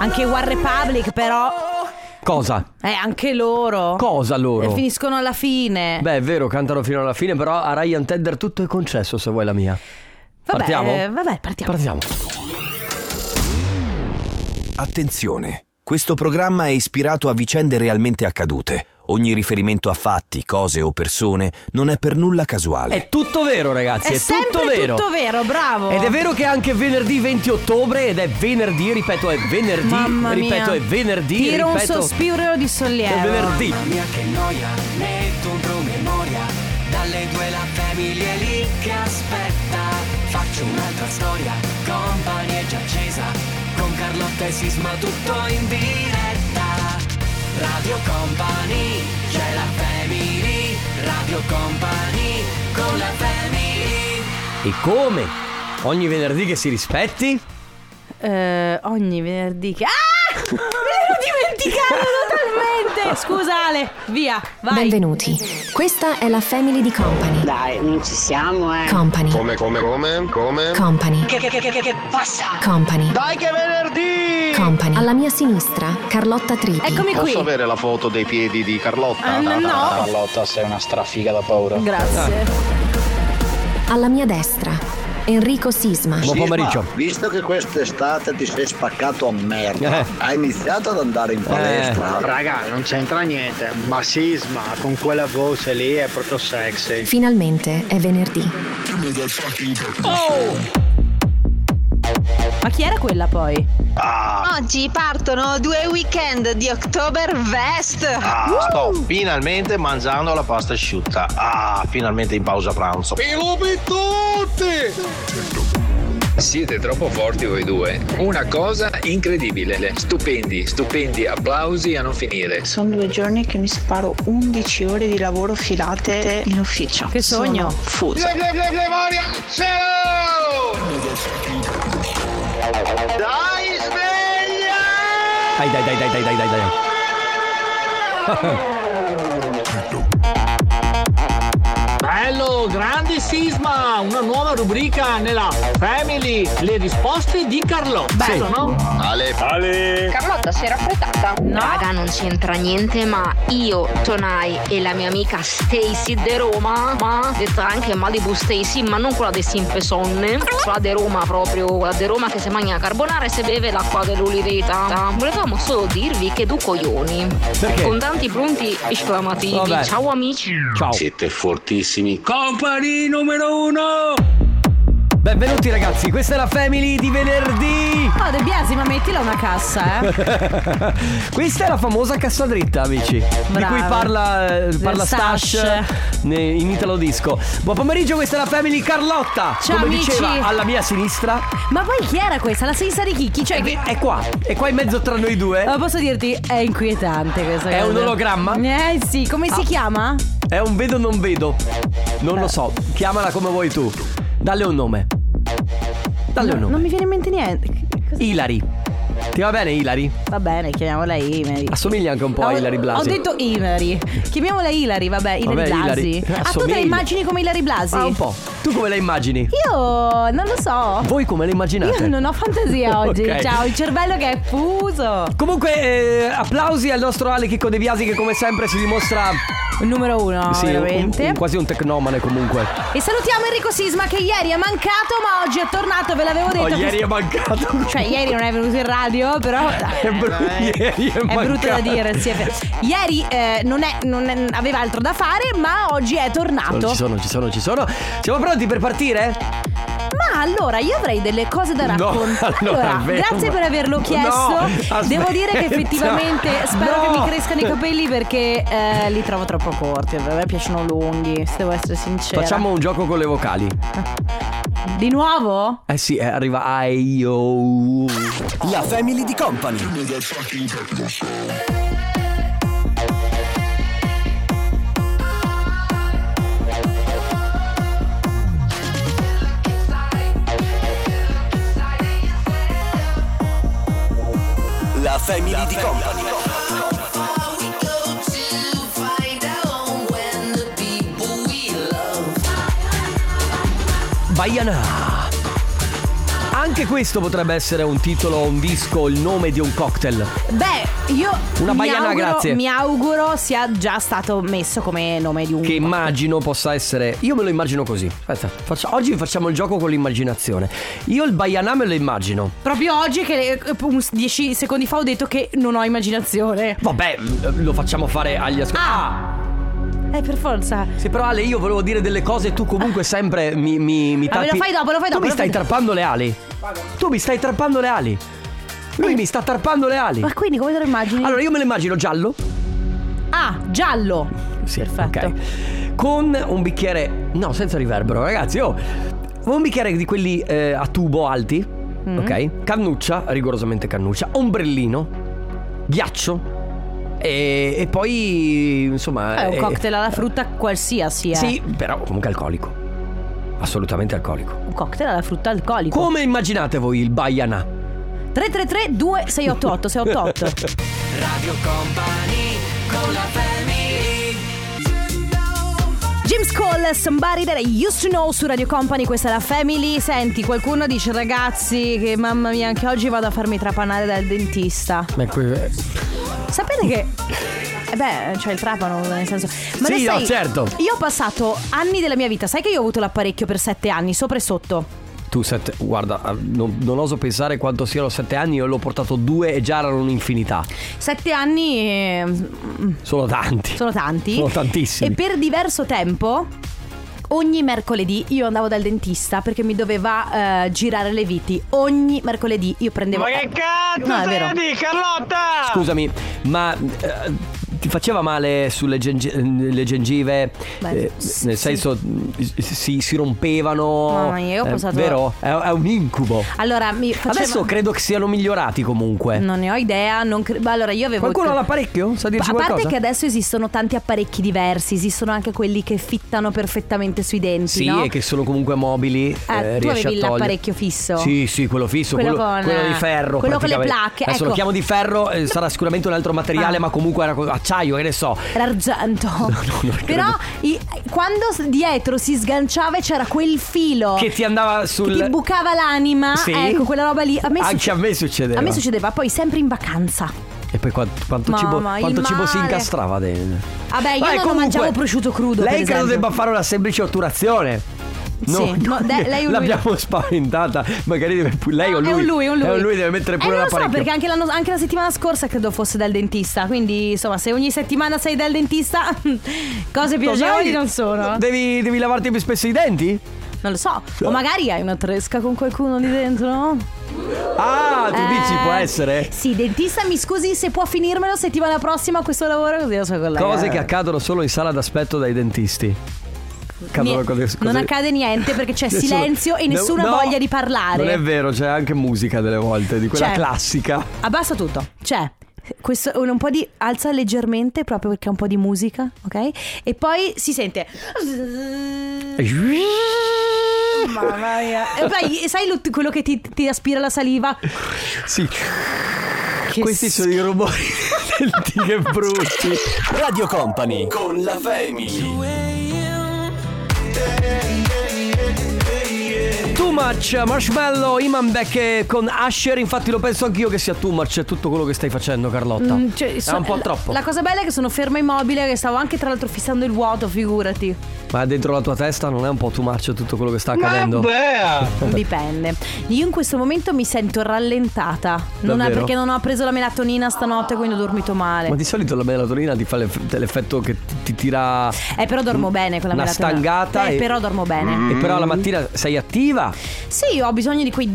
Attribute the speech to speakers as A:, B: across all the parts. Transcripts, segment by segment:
A: Anche War Republic però
B: Cosa?
A: Eh anche loro
B: Cosa loro?
A: Eh, Finiscono alla fine
B: Beh, è vero, cantano fino alla fine, però a Ryan Tedder tutto è concesso se vuoi la mia.
A: Vabbè,
B: partiamo?
A: eh, vabbè, partiamo.
B: Partiamo.
C: Attenzione, questo programma è ispirato a vicende realmente accadute. Ogni riferimento a fatti, cose o persone non è per nulla casuale.
B: È tutto vero, ragazzi, è,
A: È sempre
B: tutto vero.
A: tutto vero, bravo.
B: Ed è vero che è anche venerdì 20 ottobre ed è venerdì, ripeto, è venerdì,
A: Mamma mia
B: ripeto, è venerdì,
A: Tiro
B: ripeto.
A: un sospiro di sollievo
B: È venerdì.
D: mia che noia, metto un promemoria, dalle due la famiglia è lì che aspetta, faccio un'altra storia, compagnie già accesa, con Carlotta e Sisma tutto in diretta, Radio Company, c'è la family, Radio Company, con la family.
B: E come? Ogni venerdì che si rispetti?
A: Eh, ogni venerdì che... Ah! Me l'ero dimenticato totalmente Scusa Ale, via, vai
E: Benvenuti. Questa è la Family di Company.
F: Dai, non ci siamo, eh.
E: Company. Come, come, come, come? Company.
F: Che, che, che, che, che passa?
E: Company. Dai che venerdì! Company. Alla mia sinistra, Carlotta Trippi.
A: Eccomi qui
G: Posso avere la foto dei piedi di Carlotta?
A: Ah, No,
H: Carlotta sei una strafiga da paura.
A: grazie
B: Ah.
E: Alla mia destra, Enrico Sisma.
B: Buon pomeriggio.
G: Visto che quest'estate ti sei spaccato a merda,
B: Eh.
G: hai iniziato ad andare in palestra.
H: Raga, non c'entra niente, ma Sisma con quella voce lì è proprio sexy.
E: Finalmente è venerdì.
A: Ma chi era quella poi?
I: Oggi partono due weekend di Oktoberfest.
H: Ah, sto finalmente mangiando la pasta asciutta. Ah, finalmente in pausa pranzo.
J: Siete troppo forti voi due. Una cosa incredibile. Stupendi, stupendi applausi a non finire.
I: Sono due giorni che mi sparo 11 ore di lavoro filate in ufficio.
A: Che sogno.
I: Sono fusa.
B: Dai, dai, dai, dai, dai, dai, dai, dai.
H: Bello, grande Sisma, una nuova rubrica nella Family, le risposte di Carlotta.
A: Bello.
H: no?
G: Ale,
F: Carlotta si è raffreddata. No. Raga, non c'entra niente, ma io, Tonai e la mia amica Stacy de Roma, ma detta anche Malibu Stacy, ma non quella dei Simpsonne, quella de Roma proprio, quella de Roma che si mangia carbonara e se beve l'acqua dell'ulireta. Volevamo solo dirvi che du coglioni.
B: Perché?
F: Con tanti punti esclamativi.
B: Vabbè.
F: Ciao amici.
B: Ciao.
J: Siete fortissimi. Company numero uno!
B: Benvenuti ragazzi, questa è la Family di venerdì.
A: Oh De Biasi ma mettila una cassa eh
B: Questa è la famosa cassa dritta, amici. Di
A: Bravo.
B: cui parla, eh, parla
A: Stash.
B: Stash ne- in Italo Disco. Buon pomeriggio, questa è la Family Carlotta.
A: Ciao,
B: Come
A: amici.
B: diceva, alla mia sinistra.
A: Ma poi chi era questa? La sinistra di Chicchi? Cioè che-
B: Eh, È qua, è qua in mezzo tra noi due.
A: Ma posso dirti, è inquietante questa
B: È
A: cosa.
B: un ologramma? Ah.
A: Eh sì, come si chiama?
B: È un vedo non vedo. Non lo so, chiamala come vuoi tu. Dalle un nome. Dalle un
A: Non
B: nome.
A: mi viene in mente niente. Cosa-
B: Ilari. Ti va bene Ilari?
A: Va bene, chiamiamola Imeri.
B: Assomiglia anche un po'
A: Ho-
B: a Ilari Ah, Blasi.
A: Ho detto Imeri. Chiamiamola Ilari, vabbè, Ilari
B: Vabbè,
A: Blasi.
B: Ilari. Eh,
A: Ah, tu te
B: assomiglia.
A: la immagini come Ilari Blasi?
B: Ma un po'. Tu come la immagini?
A: Io non lo so.
B: Voi come la immaginate?
A: Io non ho fantasia oggi.
B: Ok.
A: Ciao, il cervello che è fuso.
B: Comunque, eh, applausi al nostro Ale Chicco De Biasi che come sempre si dimostra
A: Numero uno,
B: sì, un-
A: veramente.
B: un- un- quasi un tecnomane comunque.
A: E salutiamo Enrico Sisma che ieri è mancato, ma oggi è tornato, ve l'avevo detto.
B: Oh, ieri è mancato.
A: Cioè, ieri non è venuto in radio, però.
B: È brutto, ieri è,
A: È brutto da
B: mancato.
A: dire, sì, è vero. Ieri eh, non, è, non è- aveva altro da fare, ma oggi è tornato.
B: Ci sono, ci sono, ci sono. Siamo pronti per partire?
A: Ma allora io avrei delle cose da
B: No,
A: raccontare.
B: non
A: allora,
B: è vero,
A: grazie
B: ma-
A: per averlo
B: No,
A: chiesto.
B: aspetta.
A: Devo dire che effettivamente spero
B: No.
A: che mi crescano i capelli perché eh, li trovo troppo corti. A me piacciono lunghi, se devo essere sincera.
B: Facciamo un gioco con le vocali.
A: Di nuovo?
B: Eh sì, eh, arriva Aio.
C: La Family di Company. La Family di Company.
B: Baiana. Anche questo potrebbe essere un titolo, un disco, il nome di un cocktail.
A: Beh, io
B: Una
A: mi
B: baiana,
A: auguro-
B: grazie.
A: Mi auguro sia già stato messo come nome di un
B: Che immagino possa essere. Io me lo immagino così. Aspetta, faccia- oggi facciamo il gioco con l'immaginazione. Io il Baianà me lo immagino.
A: Proprio oggi che eh, un- dieci secondi fa ho detto che non ho immaginazione.
B: Vabbè, lo facciamo fare agli ascoltatori. Ah!
A: Eh, per forza.
B: Sì, però Ale, io volevo dire delle cose e tu comunque sempre mi, mi, mi
A: Ah, me Ah! lo
B: tappi-
A: fai dopo, lo fai
B: Tu
A: dopo,
B: mi
A: lo
B: stai
A: fai dopo.
B: tarpando le ali. Tu mi stai tarpando le ali.
A: Mm.
B: Lui mi sta tarpando le ali.
A: Ma quindi come te lo immagini?
B: Allora, io me lo immagino giallo.
A: Ah, giallo.
B: Sì, perfetto. Con un bicchiere. No, senza riverbero, ragazzi. Oh, un bicchiere di quelli eh, a tubo alti.
A: Mm.
B: Ok. Cannuccia, rigorosamente cannuccia. Ombrellino. Ghiaccio. E, e poi, insomma.
A: È un
B: eh,
A: cocktail alla frutta qualsiasi, eh.
B: Sì, però comunque alcolico. Assolutamente alcolico.
A: Un cocktail alla frutta alcolico.
B: Come immaginate voi il Baiana?
A: 333 2688 688.
D: Radio Company con la family
A: James Cole, somebody that I used to know su Radio Company, questa è la Family. Senti, qualcuno dice ragazzi che mamma mia, anche oggi vado a farmi trapanare dal dentista. Sapete che... eh Beh, cioè il trapano, nel senso... Ma
B: Sì,
A: ne
B: no,
A: sai,
B: certo.
A: Io ho passato anni della mia vita, sai che io ho avuto l'apparecchio per sette anni, sopra e sotto.
B: Tu sette, guarda, ah, non, non oso pensare quanto siano sette anni, io l'ho portato due e già erano un'infinità.
A: Sette anni eh, mm,
B: Sono tanti.
A: sono tanti.
B: Sono tantissimi.
A: E per diverso tempo, ogni mercoledì io andavo dal dentista perché mi doveva eh, girare le viti. Ogni mercoledì io prendevo... Eh, No, è vero.
H: Carlotta?
A: Ah.
B: Scusami, ma eh, ti faceva male sulle gengi- le gengive?
A: Beh,
B: Eh,
A: s-
B: nel
A: sì.
B: senso, mh, si, si rompevano.
A: Mamma mia, io ho
B: Eh,
A: passato-
B: Vero? È, è un incubo.
A: Allora, mi faceva... Mm,
B: Adesso credo che siano migliorati comunque.
A: Non ne ho idea, non cre- allora io avevo...
B: Qualcuno ha l'apparecchio? Sa dirci
A: A parte
B: qualcosa?
A: che adesso esistono tanti apparecchi diversi, esistono anche quelli che fittano perfettamente sui denti,
B: Sì,
A: no?
B: e che sono comunque mobili.
A: Eh,
B: eh,
A: tu
B: riesci
A: avevi
B: a togliere.
A: l'apparecchio fisso.
B: Sì, sì, quello fisso,
A: Quello
B: quello,
A: con,
B: quello di
A: eh,
B: ferro.
A: quello con le
B: praticamente.
A: placche,
B: Adesso
A: ecco. Ah.
B: lo chiamo di ferro, eh, sarà sicuramente un altro materiale, ma comunque era co- acciaio, che ne so.
A: Era argento. Però i- quando s- dietro si sganciava e c'era quel filo
B: Che ti andava
A: che
B: sul. Ah,
A: ti bucava l'anima,
B: Sì.
A: ecco quella roba lì. A me,
B: Anche
A: succe-
B: a me succedeva.
A: a me succedeva poi sempre in vacanza.
B: E poi quant- quanto,
A: Mamma,
B: cibo,
A: il
B: quanto cibo si
A: male.
B: incastrava dentro.
A: Vabbè, io
B: Vabbè,
A: non
B: comunque,
A: mangiavo prosciutto crudo.
B: Lei
A: per
B: credo
A: esempio.
B: debba fare una semplice otturazione.
A: Sì, no, de- lei o lui.
B: l'abbiamo spaventata. Magari deve pu- lei o
A: È
B: lui.
A: un lui, è un lui.
B: Eh, lui deve mettere pure
A: eh, non lo so
B: l'apparecchio.
A: perché anche, l'anno- anche la settimana scorsa credo fosse dal dentista. Quindi insomma, se ogni settimana sei dal dentista, cose
B: Lo
A: piacevoli
B: sai?
A: non sono.
B: Devi, devi lavarti più spesso i denti?
A: Non lo so. O magari hai una tresca con qualcuno lì dentro, no?
B: Ah, tu dici
A: Eh,
B: può essere?
A: Sì, dentista, mi scusi se può finirmelo settimana prossima questo lavoro così lo so con lei.
B: Cose
A: Eh.
B: che accadono solo in sala d'aspetto dai dentisti. Accadono
A: Mi-
B: cose-
A: Non
B: cose-
A: accade niente perché c'è
B: Nessuno-
A: silenzio e
B: No,
A: nessuna
B: no,
A: voglia di parlare. Cioè,
B: Non è vero, c'è anche musica delle volte, di quella
A: C'è.
B: classica.
A: Abbassa tutto. C'è. Questo un po' di alza leggermente proprio perché è un po' di musica, ok? E poi si sente Mamma mia. E poi sai lo- quello che ti, ti aspira la saliva?
B: Sì,
A: Che
B: questi sono i rumori dei denti che brutti. Radio Company.
C: Con la family.
B: Too much Marshmallow, Iman Beck eh, con Asher, infatti lo penso anch'io che sia too much tutto quello che stai facendo Carlotta.
A: Mm, cioè,
B: è
A: so-
B: un po' troppo.
A: La cosa bella è che sono ferma immobile, che stavo anche tra l'altro fissando il vuoto, figurati.
B: Ma dentro la tua testa non è un po' too much tutto quello che sta accadendo?
A: Dipende. Io in questo momento mi sento rallentata. Non è
B: Davvero?
A: perché non ho preso la melatonina stanotte, quindi ho dormito male.
B: Ma di solito la melatonina ti fa l'eff- l'effetto che ti, ti tira.
A: Eh, però dormo bene con la
B: Mm. Una
A: melatonina.
B: stangata
A: Eh,
B: e- Mm.
A: però dormo bene.
B: E però la mattina sei attiva.
A: Sì, io ho bisogno di quei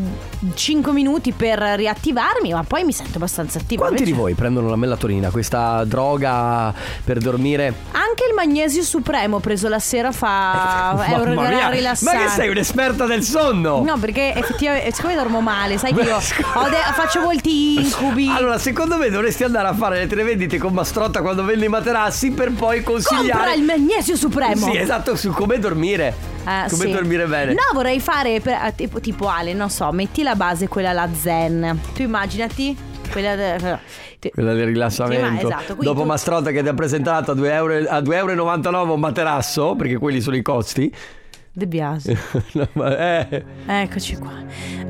A: 5 minuti per riattivarmi, ma poi mi sento abbastanza attiva.
B: Quanti di
A: Invece-
B: voi prendono la melatonina, questa droga per dormire?
A: Anche il magnesio supremo preso la sera fa. eh, è un
B: Mamma mia,
A: rilassante.
B: Ma che sei un'esperta del sonno?
A: No, perché effettivamente, siccome dormo male, sai che io ho de- faccio molti incubi.
B: Allora, secondo me dovresti andare a fare le televendite con Mastrotta quando vende i materassi per poi
A: Compra
B: consigliare.
A: il magnesio supremo.
B: Sì, esatto, su come dormire.
A: Ah,
B: come
A: sì.
B: dormire bene.
A: No, vorrei fare per- ah, tipo, tipo Ale, non so, metti la base quella la zen. Tu immaginati quella de- eh, ti-
B: Quella del rilassamento.
A: Sì, ma esatto, quindi
B: Dopo
A: tu-
B: Mastrotta che ti ha presentato a 2,99 euro, a 2,99 un materasso, perché quelli sono i costi.
A: De Biasi.
B: No, ma- eh.
A: Eccoci qua.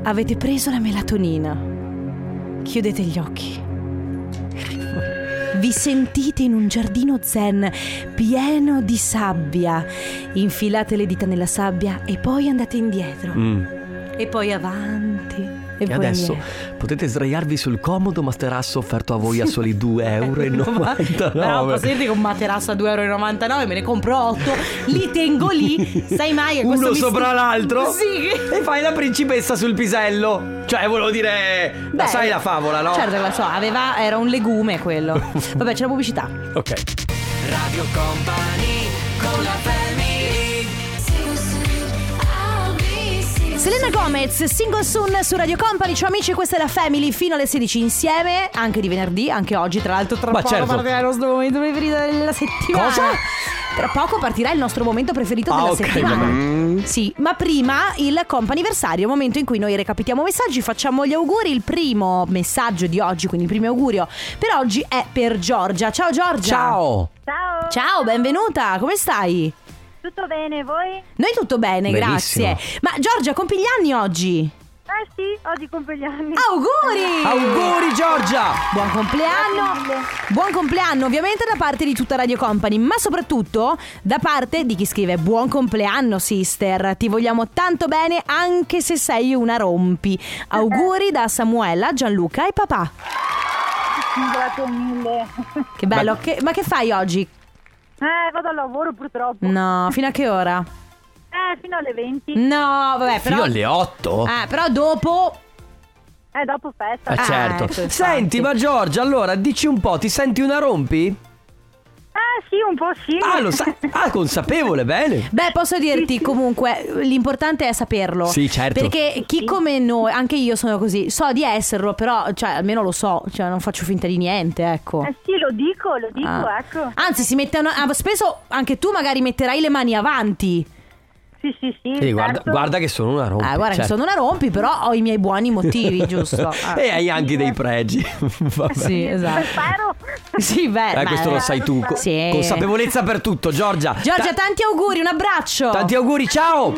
A: Avete preso la melatonina. Chiudete gli occhi. Vi sentite in un giardino zen pieno di sabbia. Infilate le dita nella sabbia e poi andate indietro.
B: Mm.
A: E poi avanti. E,
B: E
A: poi
B: adesso
A: indietro.
B: potete sdraiarvi sul comodo materasso offerto a voi a soli 2,99 euro.
A: Però posso dirti che un materasso a 2,99 euro me ne compro 8, li tengo lì, sai mai che questo
B: Uno
A: mi stu-
B: sopra l'altro
A: Sì.
B: E fai la principessa sul pisello Cioè volevo dire La
A: Beh,
B: sai la favola no?
A: Certo che la so, aveva, era un legume quello. Vabbè, c'è la pubblicità.
B: Ok
D: Radio Company con la family
A: Selena Gomez, Single Soon su Radio Company. Ciao amici, questa è la Family fino alle 16 insieme, anche di venerdì, anche oggi. Tra l'altro, tra
B: Ma
A: poco
B: certo.
A: partirà il nostro momento preferito della settimana.
B: Cosa?
A: Tra poco partirà il nostro momento preferito
B: Ah,
A: della
B: ok,
A: settimana.
B: vabbè.
A: Sì, ma prima il comp'anniversario, momento in cui noi recapitiamo messaggi, facciamo gli auguri. Il primo messaggio di oggi, quindi il primo augurio per oggi è per Giorgia. Ciao Giorgia.
B: Ciao
K: Ciao,
A: Ciao, benvenuta. Come stai?
K: tutto bene voi?
A: Noi tutto bene,
B: Benissimo.
A: grazie. Ma Giorgia, compi gli anni oggi?
K: Eh sì, oggi compio gli anni.
A: Auguri!
B: Auguri Giorgia
A: Buon
K: Grazie mille.
A: compleanno! Buon compleanno ovviamente da parte di tutta Radio Company, ma soprattutto da parte di chi scrive Buon compleanno sister, ti vogliamo tanto bene anche se sei una rompi. Auguri da Samuela, Gianluca e papà.
K: Grazie mille.
A: Che bello, che- ma che fai oggi?
K: Eh, vado al lavoro purtroppo.
A: No, fino a che ora?
K: Eh, fino alle 20.
A: No, vabbè, però...
B: Fino alle 8
A: Ah, però dopo...
K: Eh, dopo festa.
B: Eh, certo
A: ecco, infatti.
B: Senti ma Giorgia allora dici un po' Ti senti una rompi?
K: Eh sì, un po' sì.
B: Ah lo sai Ah consapevole bene
A: Beh, posso dirti comunque, l'importante è saperlo.
B: Sì, certo.
A: Perché chi come noi, anche io sono così, so di esserlo, però cioè, almeno lo so, cioè, non faccio finta di niente, ecco.
K: Eh sì, lo dico, lo dico,
A: Ah.
K: ecco.
A: Anzi, si mettono. ah, Spesso anche tu magari metterai le mani avanti.
K: Sì, sì, sì.
B: Eh, guarda,
K: certo.
B: guarda che sono una rompi
A: Ah, guarda, che
B: certo.
A: sono una rompi, però ho i miei buoni motivi, giusto? Ah.
B: E Eh, hai anche dei pregi Vabbè
A: Sì, esatto.
K: Spero.
A: Sì, beh.
B: Eh,
A: beh.
B: questo lo sai tu. Co-
A: Sì.
B: Consapevolezza per tutto, Giorgia.
A: Giorgia,
B: Ta-
A: tanti auguri, un abbraccio.
B: tanti auguri, ciao!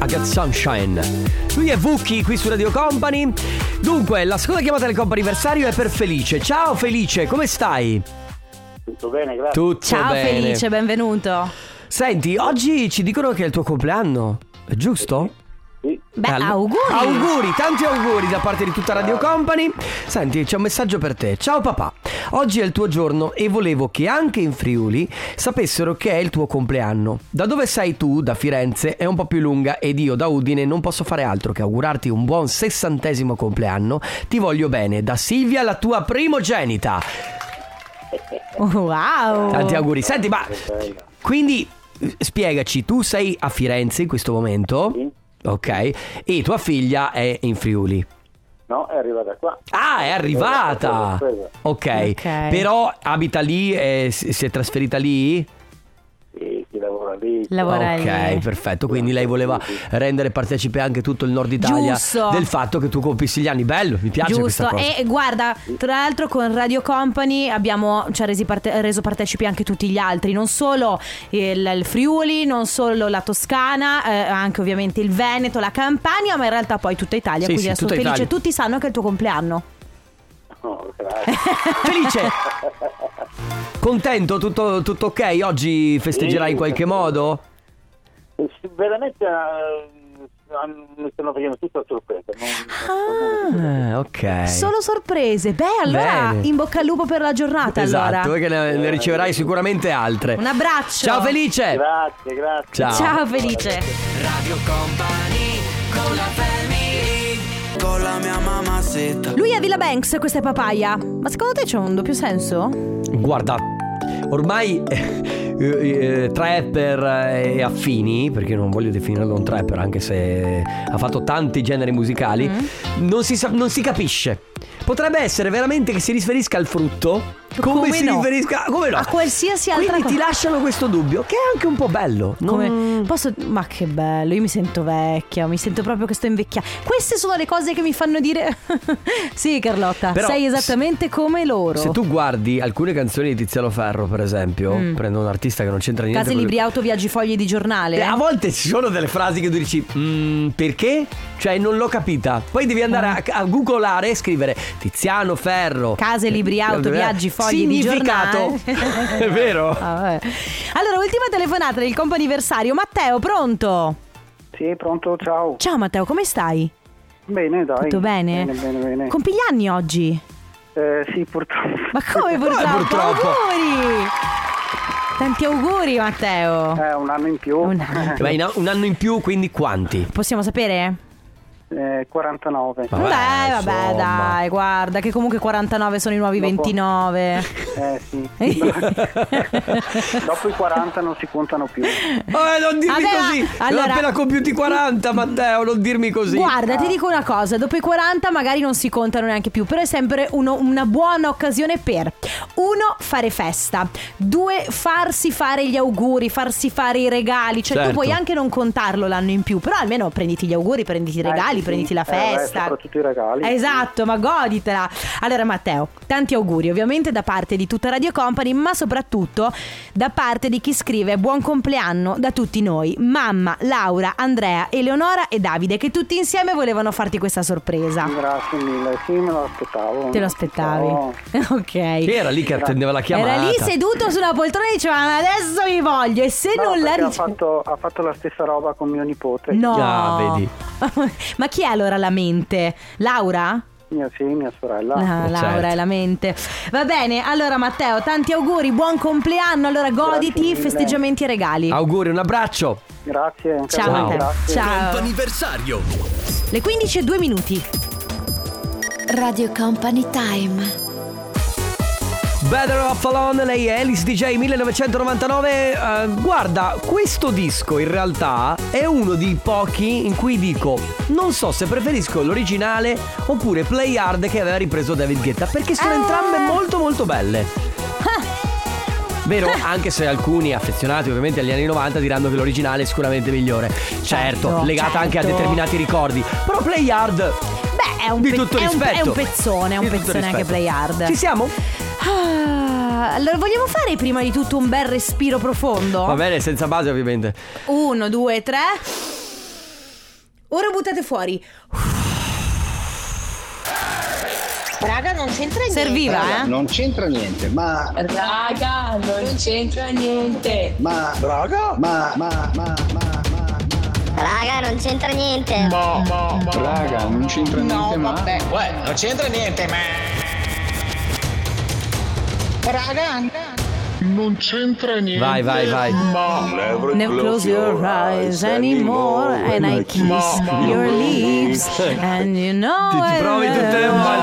B: I got sunshine. Lui è Vucchi qui su Radio Company. Dunque, la seconda chiamata del comp'anniversario è per Felice. Ciao Felice, come stai?
L: Tutto bene, grazie.
B: Tutto
A: Ciao
B: bene.
A: Felice, benvenuto.
B: Senti, oggi ci dicono che è il tuo compleanno, è giusto?
L: Sì.
A: Beh,
B: Eh, allo-
A: auguri.
B: Auguri, tanti auguri da parte di tutta Radio Company. Senti, c'è un messaggio per te. Ciao papà, oggi è il tuo giorno e volevo che anche in Friuli sapessero che è il tuo compleanno. Da dove sei tu, da Firenze, è un po' più lunga ed io da Udine non posso fare altro che augurarti un buon sessantesimo compleanno. Ti voglio bene, da Silvia la tua primogenita.
A: Wow.
B: Tanti auguri. Senti, ma quindi eh, spiegaci, tu sei a Firenze in questo momento? Ok, e tua figlia è in Friuli.
L: No, è arrivata qua.
B: Ah, è arrivata.
L: Sì.
B: Ok,
A: Ok.
B: però abita lì, eh, si si è trasferita lì?
L: Sì, si lavora lì.
A: Lavora
B: ok,
A: lì.
B: perfetto. Quindi lei voleva rendere partecipe anche tutto il nord Italia
A: Giusto.
B: del fatto che tu compissi gli anni. Bello, mi piace questa
A: Giusto,
B: cosa.
A: e guarda, tra l'altro con Radio Company abbiamo ci ha resi parte- reso partecipi anche tutti gli altri, non solo il, il Friuli, non solo la Toscana, eh, anche ovviamente il Veneto, la Campania, ma in realtà poi tutta Italia,
B: Sì,
A: quindi
B: sì,
A: adesso
B: tutta
A: felice,
B: Italia.
A: tutti sanno che è il tuo compleanno.
L: No, grazie.
B: Felice! Contento? Tutto, tutto ok? Oggi festeggerai in
L: Sì.
B: qualche modo?
L: Sì, Veramente eh, ah, mi stanno facendo tutta sorpresa. Non,
B: Ah, ok.
A: Eh, Solo sorprese. Beh, allora
B: Bene.
A: in bocca al lupo per la giornata
B: Esatto,
A: allora.
B: perché ne, ne riceverai sicuramente altre.
A: Un abbraccio.
B: Ciao Felice!
L: Grazie, grazie.
B: Ciao.
A: Ciao Felice.
D: Radio Company con la family Con la mia mamacita
A: Lui è Villa Banks, questa è Papaya. Ma secondo te c'è un doppio senso?
B: Guarda, ormai eh, eh, trapper eh, e affini, perché non voglio definirlo un trapper anche se ha fatto tanti generi
A: Mm.
B: musicali, non, si sa- non si capisce. Potrebbe essere veramente che si riferisca al frutto come,
A: Come
B: si
A: no?
B: riferisca come no?
A: A qualsiasi altra
B: Quindi ti
A: cosa.
B: lasciano questo dubbio, che è anche un po' bello. Non-
A: Come- posso- ma che bello, io mi sento vecchia, mi sento proprio che sto invecchiando. Queste sono le cose che mi fanno dire. sì, Carlotta,
B: Però
A: sei
B: se-
A: esattamente come loro.
B: Se tu guardi alcune canzoni di Tiziano Ferro, per esempio,
A: Mm.
B: prendo un artista che non c'entra niente.
A: Case,
B: con-
A: libri, auto, viaggi, fogli di giornale.
B: Eh, a volte ci sono delle frasi che tu dici, "Mm, perché? Cioè, non l'ho capita. Poi devi andare a, a googolare e scrivere Tiziano Ferro.
A: Mm.
B: Eh,
A: Case, libri, auto, viaggi, fogli di
B: Significato.
A: giornale.
B: È vero.
A: Ah, vabbè. Allora, ultima telefonata del compo anniversario. Matteo, pronto?
M: Sì, pronto, ciao.
A: Ciao Matteo, come stai?
M: Bene, dai.
A: Tutto bene?
M: Bene, bene, bene.
A: Compi gli anni oggi?
M: Eh, sì, purtroppo.
A: Ma come purtroppo?
M: Eh, purtroppo?
A: Auguri! Tanti auguri Matteo.
M: Eh, un anno in più.
A: Un anno in più.
B: Ma in- un anno in più, quindi quanti?
A: Possiamo sapere?
M: Eh, 49.
A: Vabbè, vabbè, dai, guarda che comunque 49 sono i nuovi 29.
M: Eh, sì. Dopo i 40 non si contano più.
B: Eh, non dirmi
A: Vabbè,
B: così.
A: ma-
B: Non ho
A: allora-
B: appena compiuti 40, Matteo, non dirmi così.
A: Guarda, ti dico una cosa, dopo i 40 magari non si contano neanche più, però è sempre uno- una buona occasione per uno fare festa, due farsi fare gli auguri, farsi fare i regali, cioè
M: Certo.
A: tu puoi anche non contarlo l'anno in più, però almeno prenditi gli auguri, prenditi i regali, prenditi la
M: Eh, beh,
A: festa.
M: soprattutto i regali.
A: Esatto, ma goditela. Allora Matteo, tanti auguri ovviamente da parte di tutta Radio Company, ma soprattutto da parte di chi scrive buon compleanno da tutti noi, mamma, Laura, Andrea, Eleonora e Davide, che tutti insieme volevano farti questa sorpresa.
M: Grazie mille, sì, me lo aspettavo.
A: Te lo aspettavi?
M: No.
A: ok.
B: Chi era lì che attendeva la chiamata?
A: Era lì seduto sulla poltrona e diceva "Ma adesso mi voglio e se
M: No,
A: non la
M: perché ha
A: ricevi...
M: fatto, Ah, ha fatto la stessa roba con mio nipote.
A: No. ma chi è allora la mente? Laura?
M: Mia, sì, mia sorella.
B: eh,
A: Ah,
B: certo.
A: Laura è la mente. Va bene, allora Matteo, tanti auguri, buon compleanno. Allora goditi
M: mille.
A: festeggiamenti e regali.
B: Auguri, un abbraccio.
M: Grazie. anche
A: Ciao,
M: a voi,
A: Matteo.
M: grazie.
A: Ciao.
D: Anniversario.
A: Le 15 e 2 minuti.
E: Radio Company Time.
B: Better Off Alone, lei è Alice DJ 1999. Eh, guarda, questo disco in realtà è uno dei pochi in cui dico non so se preferisco l'originale oppure Play Hard che aveva ripreso David Guetta, perché
A: Eh.
B: sono entrambe molto molto belle. Vero, anche se alcuni affezionati ovviamente agli anni 90 diranno che l'originale è sicuramente migliore. Certo, legata anche a
A: certo.
B: determinati ricordi. Però Play Hard
A: Beh, è un,
B: Di
A: pe-
B: tutto
A: è un-
B: rispetto.
A: è un pezzone, è un
B: Di tutto
A: pezzone anche
B: rispetto.
A: play hard.
B: Ci siamo?
A: Ah, allora, vogliamo fare prima di tutto un bel respiro profondo?
B: Va bene, senza base ovviamente.
A: Uno, due, tre. Ora buttate fuori.
N: Raga, non c'entra niente.
A: Serviva, eh?
N: Non c'entra niente, ma. Raga, non c'entra niente. Ma. Raga? Ma, ma, ma, ma.
O: Raga, non c'entra niente.
N: Ma,
J: Raga, non c'entra niente, ma.
N: non c'entra niente, ma. Raga, non c'entra niente.
B: Vai, vai, vai.
N: Never,
A: Never close your eyes anymore and I kiss your lips and you know
D: Ti- ti provi
A: I love
D: tutte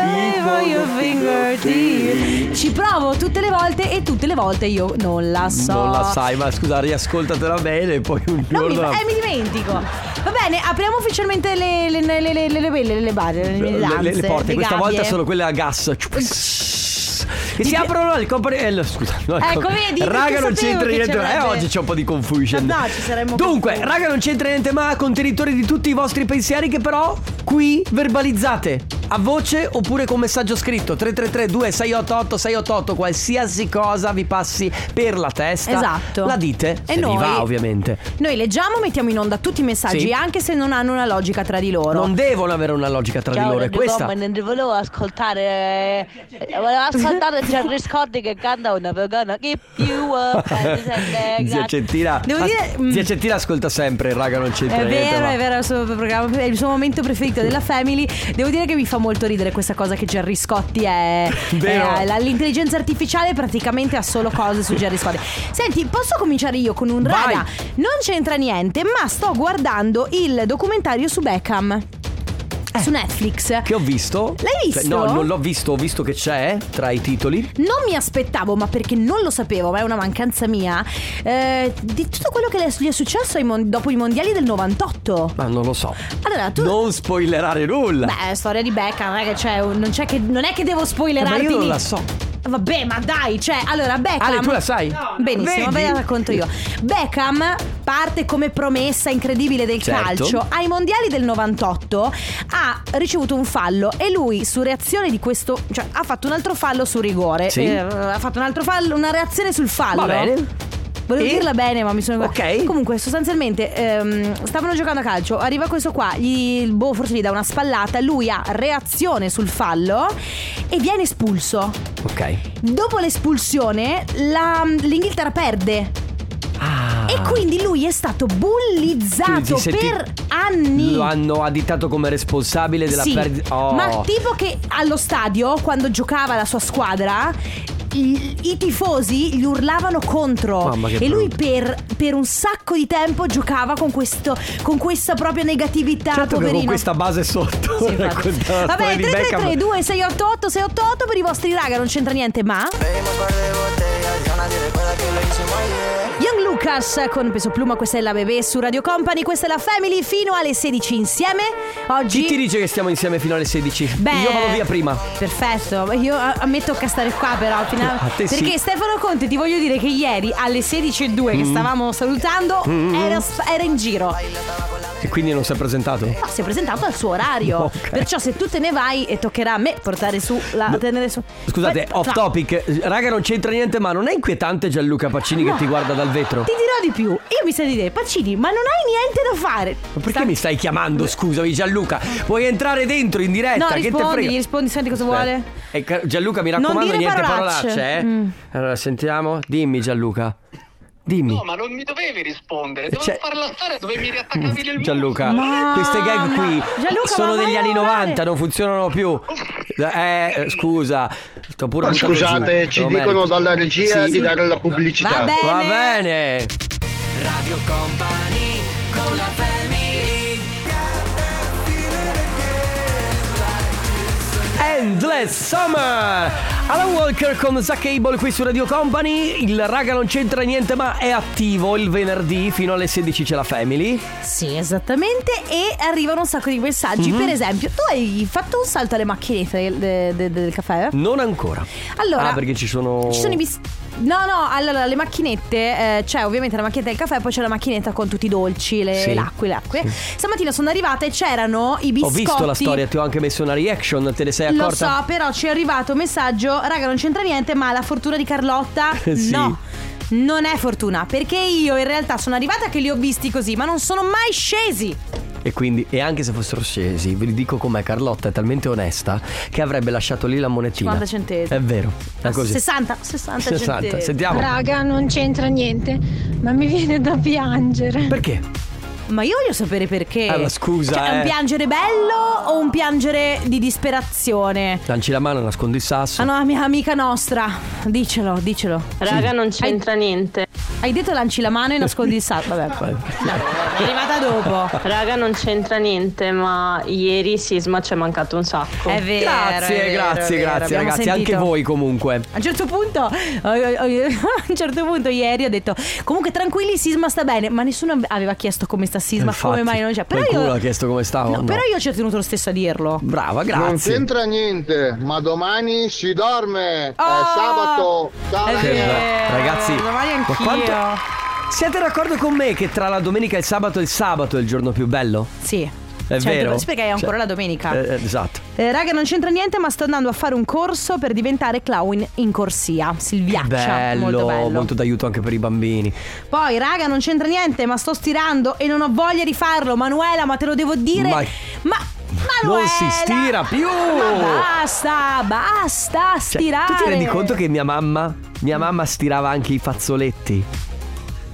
D: le volte.
A: you with your fingertips. Ci provo tutte le volte e tutte le volte io non la so.
B: Non la sai, ma scusa, riascoltatela bene e poi un
A: No, mi,
B: giorno...
A: eh, mi dimentico. Va bene, apriamo ufficialmente le le le le le le le, le, le barre, le, le,
B: le, le
A: danze,
B: porte,
A: le
B: questa
A: gabbie.
B: volta sono quelle a gas. Che si aprono al company. eh, no, scusa, no, al
A: Ecco,
B: company-
A: vedi,
B: Raga,
A: perché sapevo
B: non c'entra
A: che
B: niente.
A: c'era
B: Eh,
A: gente.
B: oggi c'è un po' di confusion.
A: Ma no, ci saremmo
B: Dunque, raga, non c'entra niente, ma contenitore di tutti i vostri pensieri che però qui verbalizzate. A voce oppure con messaggio scritto 333 688 688 qualsiasi cosa vi passi per la testa.
A: Esatto.
B: La dite.
A: E
B: se vi
A: noi-
B: va, ovviamente.
A: Noi leggiamo, mettiamo in onda tutti i messaggi,
B: Sì.
A: anche se non hanno una logica tra di loro.
B: Non devono avere una logica tra di loro, è questa.
P: volevo ascoltare eh, volevo ascoltare Jerry Scotti che canta una vegana che più
B: Zia Centina,
A: Devo dire, mm.
B: as- Zia Centina ascolta sempre, raga, non c'entra
A: È
B: niente.
A: vero,
B: ma-
A: è vero, è il, suo programma- è il suo momento preferito della Family. Devo dire che mi fa molto ridere questa cosa che Gerry Scotti è.
B: Vero.
A: è la- l'intelligenza artificiale praticamente ha solo cose su Gerry Scotti. Senti, posso cominciare io con un
B: Vai.
A: raga? Non c'entra niente, ma sto guardando il documentario su Beckham.
B: Eh.
A: Su Netflix.
B: Che ho visto?
A: L'hai
B: Cioè,
A: visto?
B: no, non l'ho visto, ho visto che c'è tra i titoli.
A: Non mi aspettavo, ma perché non lo sapevo, ma è una mancanza mia, eh, di tutto quello che le- gli è successo ai mon- dopo i mondiali del 98.
B: Ma non lo so.
A: Allora, tu
B: Non spoilerare nulla.
A: Beh, storia di Beckham, raga, cioè, non, c'è che, non è che devo
B: Eh, ma
A: spoilerarti
B: io non
A: lì.
B: la so.
A: Vabbè, ma dai, cioè, allora Beckham.
B: Ale, tu la sai?
A: Benissimo,
B: Vedi?
A: ve la racconto io. Beckham parte come promessa incredibile del
B: Certo.
A: calcio. Ai mondiali del 98 ha ricevuto un fallo e lui, su reazione di questo, cioè, ha fatto un altro fallo su rigore.
B: Sì.
A: Eh, ha fatto un altro fallo, una reazione sul fallo.
B: Va bene.
A: Volevo
B: E?
A: dirla bene, ma mi sono.
B: Ok.
A: Comunque, sostanzialmente, ehm, stavano giocando a calcio. Arriva questo qua, gli, boh, forse gli dà una spallata. Lui ha reazione sul fallo e viene espulso.
B: Ok.
A: Dopo l'espulsione, la- l'Inghilterra perde. E quindi lui è stato bullizzato
B: Ah. Quindi se ti-
A: per anni.
B: Lo hanno additato come responsabile della
A: Sì,
B: perdita. Oh.
A: Ma tipo che allo stadio, quando giocava la sua squadra, i, i tifosi gli urlavano contro.
B: Mamma, che
A: e lui per, per un sacco di tempo giocava con, questo, con questa propria negatività,
B: Certo che
A: poverino.
B: con questa base sotto raccontava la storia
A: Vabbè,
B: di Beckham.
A: 333 2688 688 per i vostri raga, non c'entra niente, ma. Young Lucas con peso pluma, questa è la bebè su Radio Company, questa è la Family fino alle 16 insieme. Oggi
B: Chi ti dice che stiamo insieme fino alle 16?
A: Beh-
B: Io vado via prima.
A: Perfetto, io a, a me tocca stare qua però fino a-
B: A te sì.
A: Perché Stefano Conte ti voglio dire che ieri alle 16.02 che
B: Mm.
A: stavamo salutando
B: Mm.
A: era, era in giro
B: E quindi non si è presentato?
A: No, si è presentato al suo orario
B: Ok.
A: Perciò se tu te ne vai e toccherà a me portare su la, tenere su
B: Scusate,
A: Beh,
B: off
A: fa-
B: topic. Raga, non c'entra niente, ma non è inquietante Gianluca Pacini
A: No.
B: che ti guarda dal vetro?
A: Ti dirò di più, io mi sento di dire Pacini ma non hai niente da fare
B: Ma perché mi stai chiamando? Scusami, Gianluca. Puoi entrare dentro in diretta?
A: No
B: Eh, che te
A: rispondi,
B: frega?
A: gli rispondi, senti cosa vuole
B: Eh, ca- Gianluca, mi raccomando,
A: dire
B: niente
A: parolacce.
B: parolacce, eh?
A: Mm.
B: Allora, sentiamo. Dimmi, Gianluca. Dimmi.
Q: No, ma non mi dovevi rispondere, dovevo
B: Cioè-
Q: farla stare dove mi riattaccavi il
B: Gianluca,
Q: Ma-
B: queste gag qui
Q: Gianluca,
B: sono
Q: ma vai
B: degli
Q: a
B: anni
Q: lavorare.
B: 90, non funzionato più. Eh, eh, scusa, sto pure
R: Ma
B: buttato
R: scusate,
B: giù,
R: ci
B: lo
R: dicono
B: merito.
R: dalla regia di dare la pubblicità.
B: Va
R: Va
B: bene.
R: bene.
D: Radio Company con la family.
B: Endless Summer Alan Walker con Zack Abel qui su Radio Company Il raga non c'entra niente ma è attivo il venerdì fino alle 16 c'è la family
A: Sì, esattamente. E arrivano un sacco di messaggi.
B: Mhm.
A: Per esempio, tu hai fatto un salto alle macchinette del, de- de- del caffè?
B: Non ancora
A: Allora,
B: Ah perché ci sono
A: Ci sono i bis- No, no, allora le macchinette, eh, c'è ovviamente la macchinetta del caffè, poi c'è la macchinetta con tutti i dolci, le,
B: Sì.
A: l'acqua, le acque. Stamattina sono arrivate e c'erano i
B: Ho
A: biscotti.
B: visto la storia, ti ho anche messo una reaction, te ne sei
A: Lo
B: accorta?
A: so, però ci è arrivato un messaggio, raga, non c'entra niente, ma la fortuna di Carlotta
B: Sì.
A: no. Non è fortuna, perché io in realtà sono arrivata che li ho visti così, ma non sono mai scesi.
B: E quindi, e anche se fossero scesi, vi dico com'è, Carlotta è talmente onesta che avrebbe lasciato lì la monetina.
S: 50 centesimi.
B: È vero, è così.
S: 60, 60,
B: 60,
S: centesimi.
B: sentiamo.
S: Raga, non c'entra niente, ma mi viene da piangere.
B: Perché?
A: Ma io voglio sapere perché.
B: Ah, ma scusa,
A: Cioè, è un
B: eh.
A: piangere bello o un piangere di disperazione?
B: Lanci la mano, nascondi il sasso.
A: Ah no, mia amica nostra. Dicelo, dicelo.
B: Raga,
A: non c'entra niente. Hai detto lanci la mano e nascondi il sacco. Vabbè. È arrivata dopo.
T: Raga, non c'entra niente, ma ieri Sisma ci è mancato un sacco.
A: È vero,
B: grazie,
A: è vero,
B: grazie,
A: è vero,
B: grazie
A: abbiamo
B: ragazzi,
A: sentito.
B: anche voi comunque.
A: A un certo punto, a un certo punto ieri ho detto comunque tranquilli, Sisma sta bene, ma nessuno aveva chiesto come sta Sisma, come
B: Infatti,
A: mai non c'è. Però
B: qualcuno
A: io,
B: ha chiesto come stavo.
A: no,
B: no.
A: però io ci ho tenuto lo stesso a dirlo.
B: Brava, grazie.
U: Non c'entra niente, ma domani si dorme. è sabato. Ciao,
A: è
U: ragazzi.
B: Che- Ragazzi,
A: domani
B: ma
A: anch'io.
B: Siete d'accordo con me che tra la domenica e il sabato il sabato è il giorno più bello?
A: Sì.
B: È
A: Cioè,
B: vero?
A: sì, perché è ancora la domenica.
B: Eh, eh, esatto.
A: Eh, raga, non c'entra niente, ma sto andando a fare un corso per diventare clown in corsia. Silviaccia.
B: Bello,
A: Ah, molto
B: molto,
A: bello.
B: d'aiuto anche per i bambini.
A: Poi, raga, non c'entra niente, ma sto stirando e non ho voglia di farlo. Manuela, ma te lo devo dire.
B: Ma-
A: Ma. Manuela!
B: Non si stira più!
A: Ma basta, basta
B: Cioè,
A: stirare. Mm.
B: tu ti rendi conto che mia mamma, mia mamma stirava anche i fazzoletti?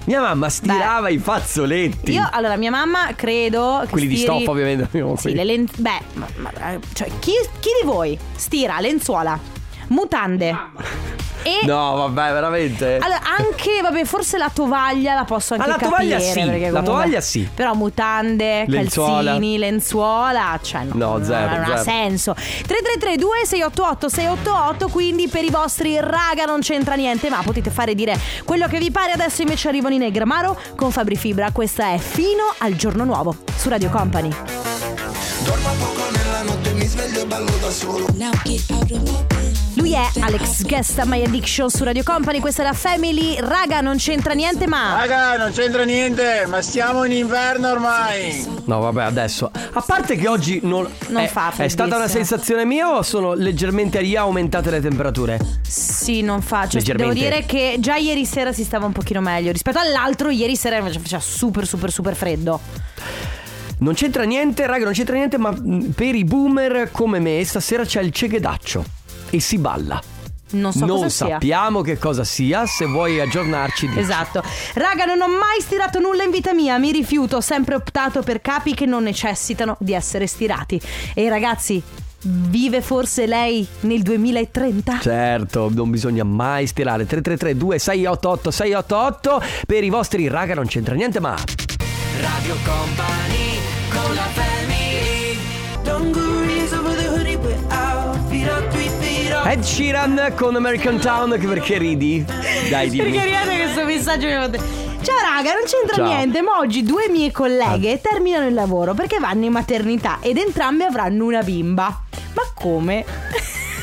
B: Mia mamma stirava i fazzoletti.
A: Io, allora, mia mamma credo che
B: Quelli di
A: stiri-
B: stoffa ovviamente.
A: Sì, le len- Beh, ma- ma- cioè, chi, chi di voi stira lenzuola, mutande e
B: No, vabbè, veramente.
A: Allora, anche, vabbè, forse la tovaglia la posso anche
B: Ah, la tovaglia
A: capire,
B: sì,
A: perché
B: la
A: comunque-
B: tovaglia sì.
A: Però mutande,
B: Lenzuola.
A: calzini, lenzuola, cioè no.
B: No, zero,
A: non ha
B: zero.
A: senso. 3332 688 688, quindi per i vostri raga non c'entra niente, ma potete fare dire quello che vi pare. Adesso invece arrivano i Negramaro con Fabri Fibra. Questa è Fino al giorno nuovo su Radio Company.
I: Dormo poco nella notte, mi sveglio e ballo da solo.
A: Lui è Alex Guesta My Addiction su Radio Company, questa è la Family. Raga, non c'entra niente, ma.
L: Raga, non c'entra niente, ma siamo in inverno ormai.
B: No, vabbè, adesso. A parte che oggi non.
A: Non
B: è,
A: fa
B: È stata una
A: freddissimo.
B: sensazione mia o sono leggermente a aumentate le temperature?
A: Sì, non faccio. Cioè, Devo dire
B: Leggermente.
A: che già ieri sera si stava un pochino meglio rispetto all'altro, ieri sera invece faceva super, super, super freddo.
B: Non c'entra niente, raga, non c'entra niente, ma mh, per i boomer come me stasera c'è il ceghedaccio e si balla.
A: Non so cosa sia.
B: sappiamo che cosa sia, se vuoi aggiornarci di
A: Esatto. Raga, non ho mai stirato nulla in vita mia, mi rifiuto, ho sempre optato per capi che non necessitano di essere stirati. E ragazzi, vive forse lei nel 2030?
B: Certo, non bisogna mai stirare 333 2688 688 per i vostri raga non c'entra niente, ma
D: Radio Company con la family. Dungarees over the hoodie, we're out. Feet up, three feet up.
B: Ed Sheeran con American Town che perché ridi? Dai, dimmi.
A: Perché arrivate questo messaggio mi fate- Ciao raga, non c'entra
B: Ciao. Ah.
A: niente, ma oggi due mie colleghe terminano il lavoro perché vanno in maternità ed entrambe avranno una bimba. Ma come?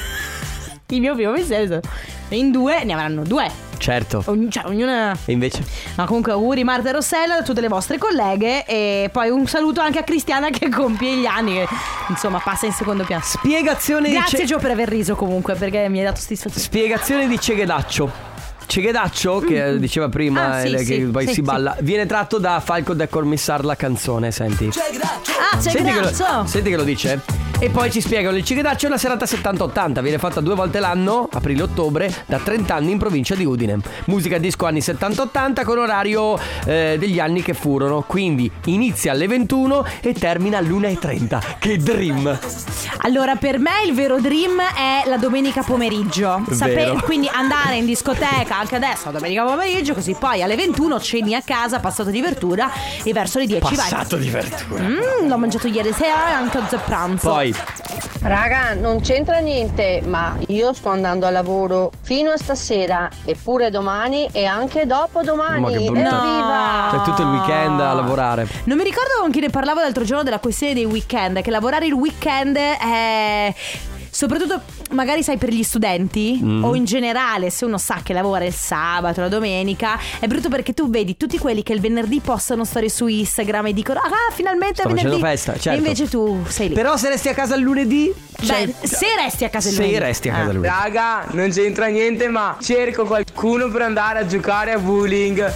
A: il mio primo messaggio è stato, in due ne avranno due.
B: Certo.
A: Ogni- cioè, ognuna
B: E invece
A: Ma comunque auguri Marta e Rossella a tutte le vostre colleghe e poi un saluto anche a Cristiana che compie gli anni che insomma passa in secondo piano.
B: Spiegazione di
A: Grazie
B: ce-
A: Gio per aver riso comunque perché mi hai dato soddisfazione.
B: Spiegazione di ceghedaccio. Ceghedaccio, che
D: Mm.
B: eh, diceva prima
A: Ah, sì,
B: eh, che
A: sì,
B: poi
A: sì,
B: si
A: sì.
B: balla, viene tratto da Falco da Cormissar la canzone, senti.
A: Ah, c'è
B: senti, che
A: Grazzo.
B: lo, senti che lo dice? E poi ci spiegano il ceghedaccio è una serata 70-80, viene fatta due volte l'anno, aprile-ottobre, da 30 anni in provincia di Udine. Musica disco anni 70-80 con orario eh, degli anni che furono, quindi inizia alle 21 e termina alle 1.30. Che dream!
A: Allora, per me il vero dream è la domenica pomeriggio.
B: Vero.
A: quindi andare in discoteca anche adesso, la domenica pomeriggio, così poi alle 21 ceni a casa, passato di verdura e verso le 10
B: Passato di verdura.
A: vai. Mm, l'ho mangiato ieri sera e anche oggi a pranzo.
B: Poi
V: Raga, non c'entra niente, ma io sto andando a lavoro fino a stasera, eppure domani e anche dopodomani.
B: Ma che brutto.
V: Evviva!
B: Cioè, tutto il weekend a lavorare.
A: Non mi ricordo con chi ne parlavo l'altro giorno della questione dei weekend, che lavorare il weekend è... Soprattutto magari sai per gli studenti
B: Mm-hmm.
W: Mm.
A: o in generale se uno sa che lavora il sabato, la domenica, è brutto perché tu vedi tutti quelli che il venerdì postano storie su Instagram e dicono ah finalmente
B: Sto
A: è venerdì.
B: facendo festa, certo.
A: E invece tu sei lì.
B: Però se resti a casa il lunedì...
A: Beh, se resti a casa Ah. il
B: Se
A: lunedì.
B: resti a casa il lunedì.
X: Raga, non c'entra niente, ma cerco qualcuno per andare a giocare a bowling.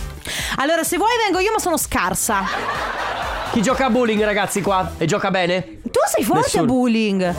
A: Allora se vuoi vengo io ma sono scarsa.
B: Chi gioca a bowling, ragazzi, qua? E gioca bene?
A: Tu sei forte a
B: Nessuno.
A: bullying.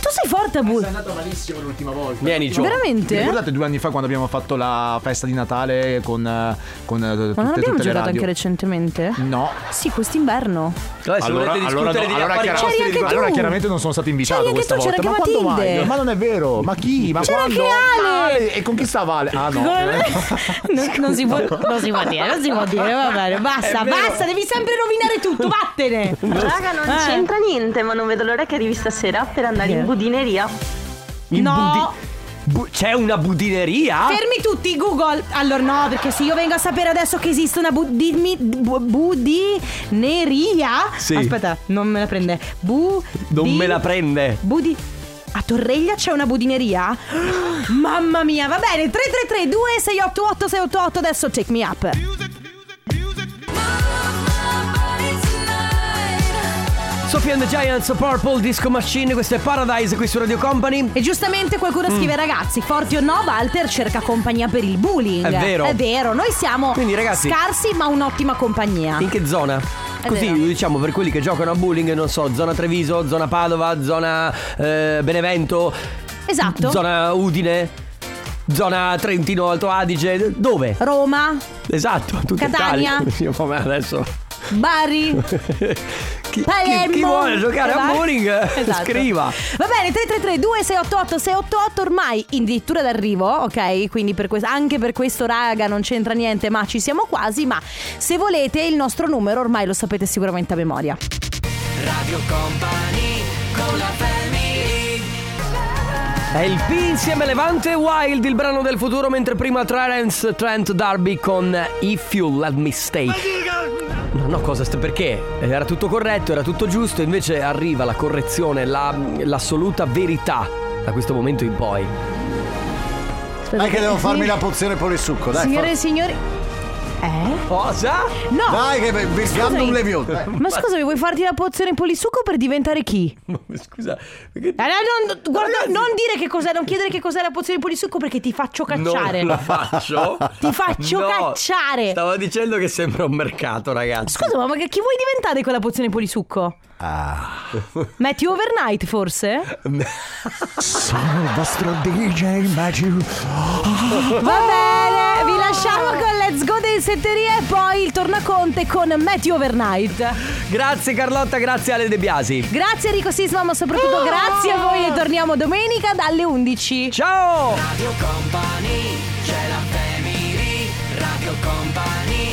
A: Tu sei forte a bullying.
Y: malissimo l'ultima volta.
B: Vieni, Gio.
A: Veramente?
Y: Vi ricordate due anni fa quando abbiamo fatto la festa di Natale con, eh, con eh, tutte,
A: Ma non abbiamo
Y: tutte le
A: giocato
Y: radio?
A: anche recentemente?
Y: No.
A: Sì, quest'inverno.
Y: Allora, allora, no, allora,
A: affari
Y: chiara-
A: vostri,
Y: allora
A: C'eri anche tu.
Y: chiaramente non sono stato invitato
A: C'eri anche
Y: questa
A: tu,
Y: volta.
A: c'era
Y: ma
A: anche
Y: quando
A: Matilde.
Y: mai? Ma non è vero. Ma chi? Ma
A: C'era
Y: quando?
A: anche Ale.
Y: Ah, E con chi stava Ale? Ah no.
A: non, non si può, non si può dire, non si può dire, va bene, basta,
Y: È vero.
A: basta, devi sempre rovinare tutto, vattene.
T: Raga, non
A: Eh.
T: c'entra niente, ma non vedo l'ora che arrivi stasera per andare in budineria.
B: In
A: No.
B: budi- bu- c'è una budineria?
A: Fermi tutti, Google. Allora no, perché se io vengo a sapere adesso che esiste una budimi- bu- budineria...
B: Sì.
A: Aspetta, non me la prende. Bu...
B: non
A: di-
B: me la prende.
A: Budi... A Torreglia c'è una budineria? Mamma mia, va bene, 333 2688 688 adesso take me up.
B: Sophie and the Giants, Purple, Disco Machine, questo è Paradise qui su Radio Company.
A: E giustamente qualcuno
B: Mm.
A: scrive ragazzi, forti o no, Walter cerca compagnia per il bullying.
B: È vero.
A: È vero, noi siamo
B: Quindi, ragazzi-
A: scarsi ma un'ottima compagnia.
B: In che zona?
A: È
B: Così
A: vero.
B: diciamo per quelli che giocano a bowling, non so, zona Treviso, zona Padova, zona eh, Benevento,
A: Esatto.
B: zona Udine, zona Trentino Alto Adige, dove?
A: Roma,
B: Esatto, tutta
A: Catania.
B: Italia. Io, vabbè, adesso
A: Bari.
B: chi,
A: Palermo.
B: chi- chi vuole giocare a
A: Esatto.
B: bowling eh,
A: Esatto.
B: scriva.
A: Va bene, 333 2688 688 ormai addirittura d'arrivo, ok? Quindi per questo- anche per questo raga non c'entra niente, ma ci siamo quasi, ma se volete il nostro numero ormai lo sapete sicuramente a memoria.
D: Radio Company con la family.
B: È il P insieme a Levante Wild, il brano del futuro, mentre prima Terence Trent Darby con If You Let Me Stay. No, no, cosa sta perché? Era tutto corretto, era tutto giusto, invece arriva la correzione, la- l'assoluta verità da questo momento in poi.
A: Aspetta,
C: Dai che devo
A: sì.
C: farmi la pozione polisucco, dai.
A: Signore
C: fa-
A: e signori. Eh?
B: Cosa?
A: No!
C: Dai che be- be-
A: Scusami.
C: gandum levio. Dai.
A: Ma scusami, vuoi farti la pozione in polisucco per diventare chi?
B: Scusa,
A: Eh, non, guarda, non dire che cos'è, non chiedere che cos'è la pozione in polisucco perché ti faccio cacciare.
B: Non lo faccio.
A: Ti faccio
B: No,
A: cacciare.
B: Stavo dicendo che sembra un mercato, ragazzi.
A: Scusa, ma che- chi vuoi diventare con la pozione in polisucco?
C: Ah.
A: Matthew Overnight, forse?
C: Sono il vostro DJ Magic.
A: Va bene, vi lasciamo con Let's Go dei Setteria e poi il tornaconte con Matthew Overnight.
B: Grazie Carlotta, grazie Ale De Biasi.
A: Grazie Enrico Sisma, ma soprattutto grazie a voi e torniamo domenica dalle 11.
B: Ciao!
D: Radio Company, c'è la family, Radio Company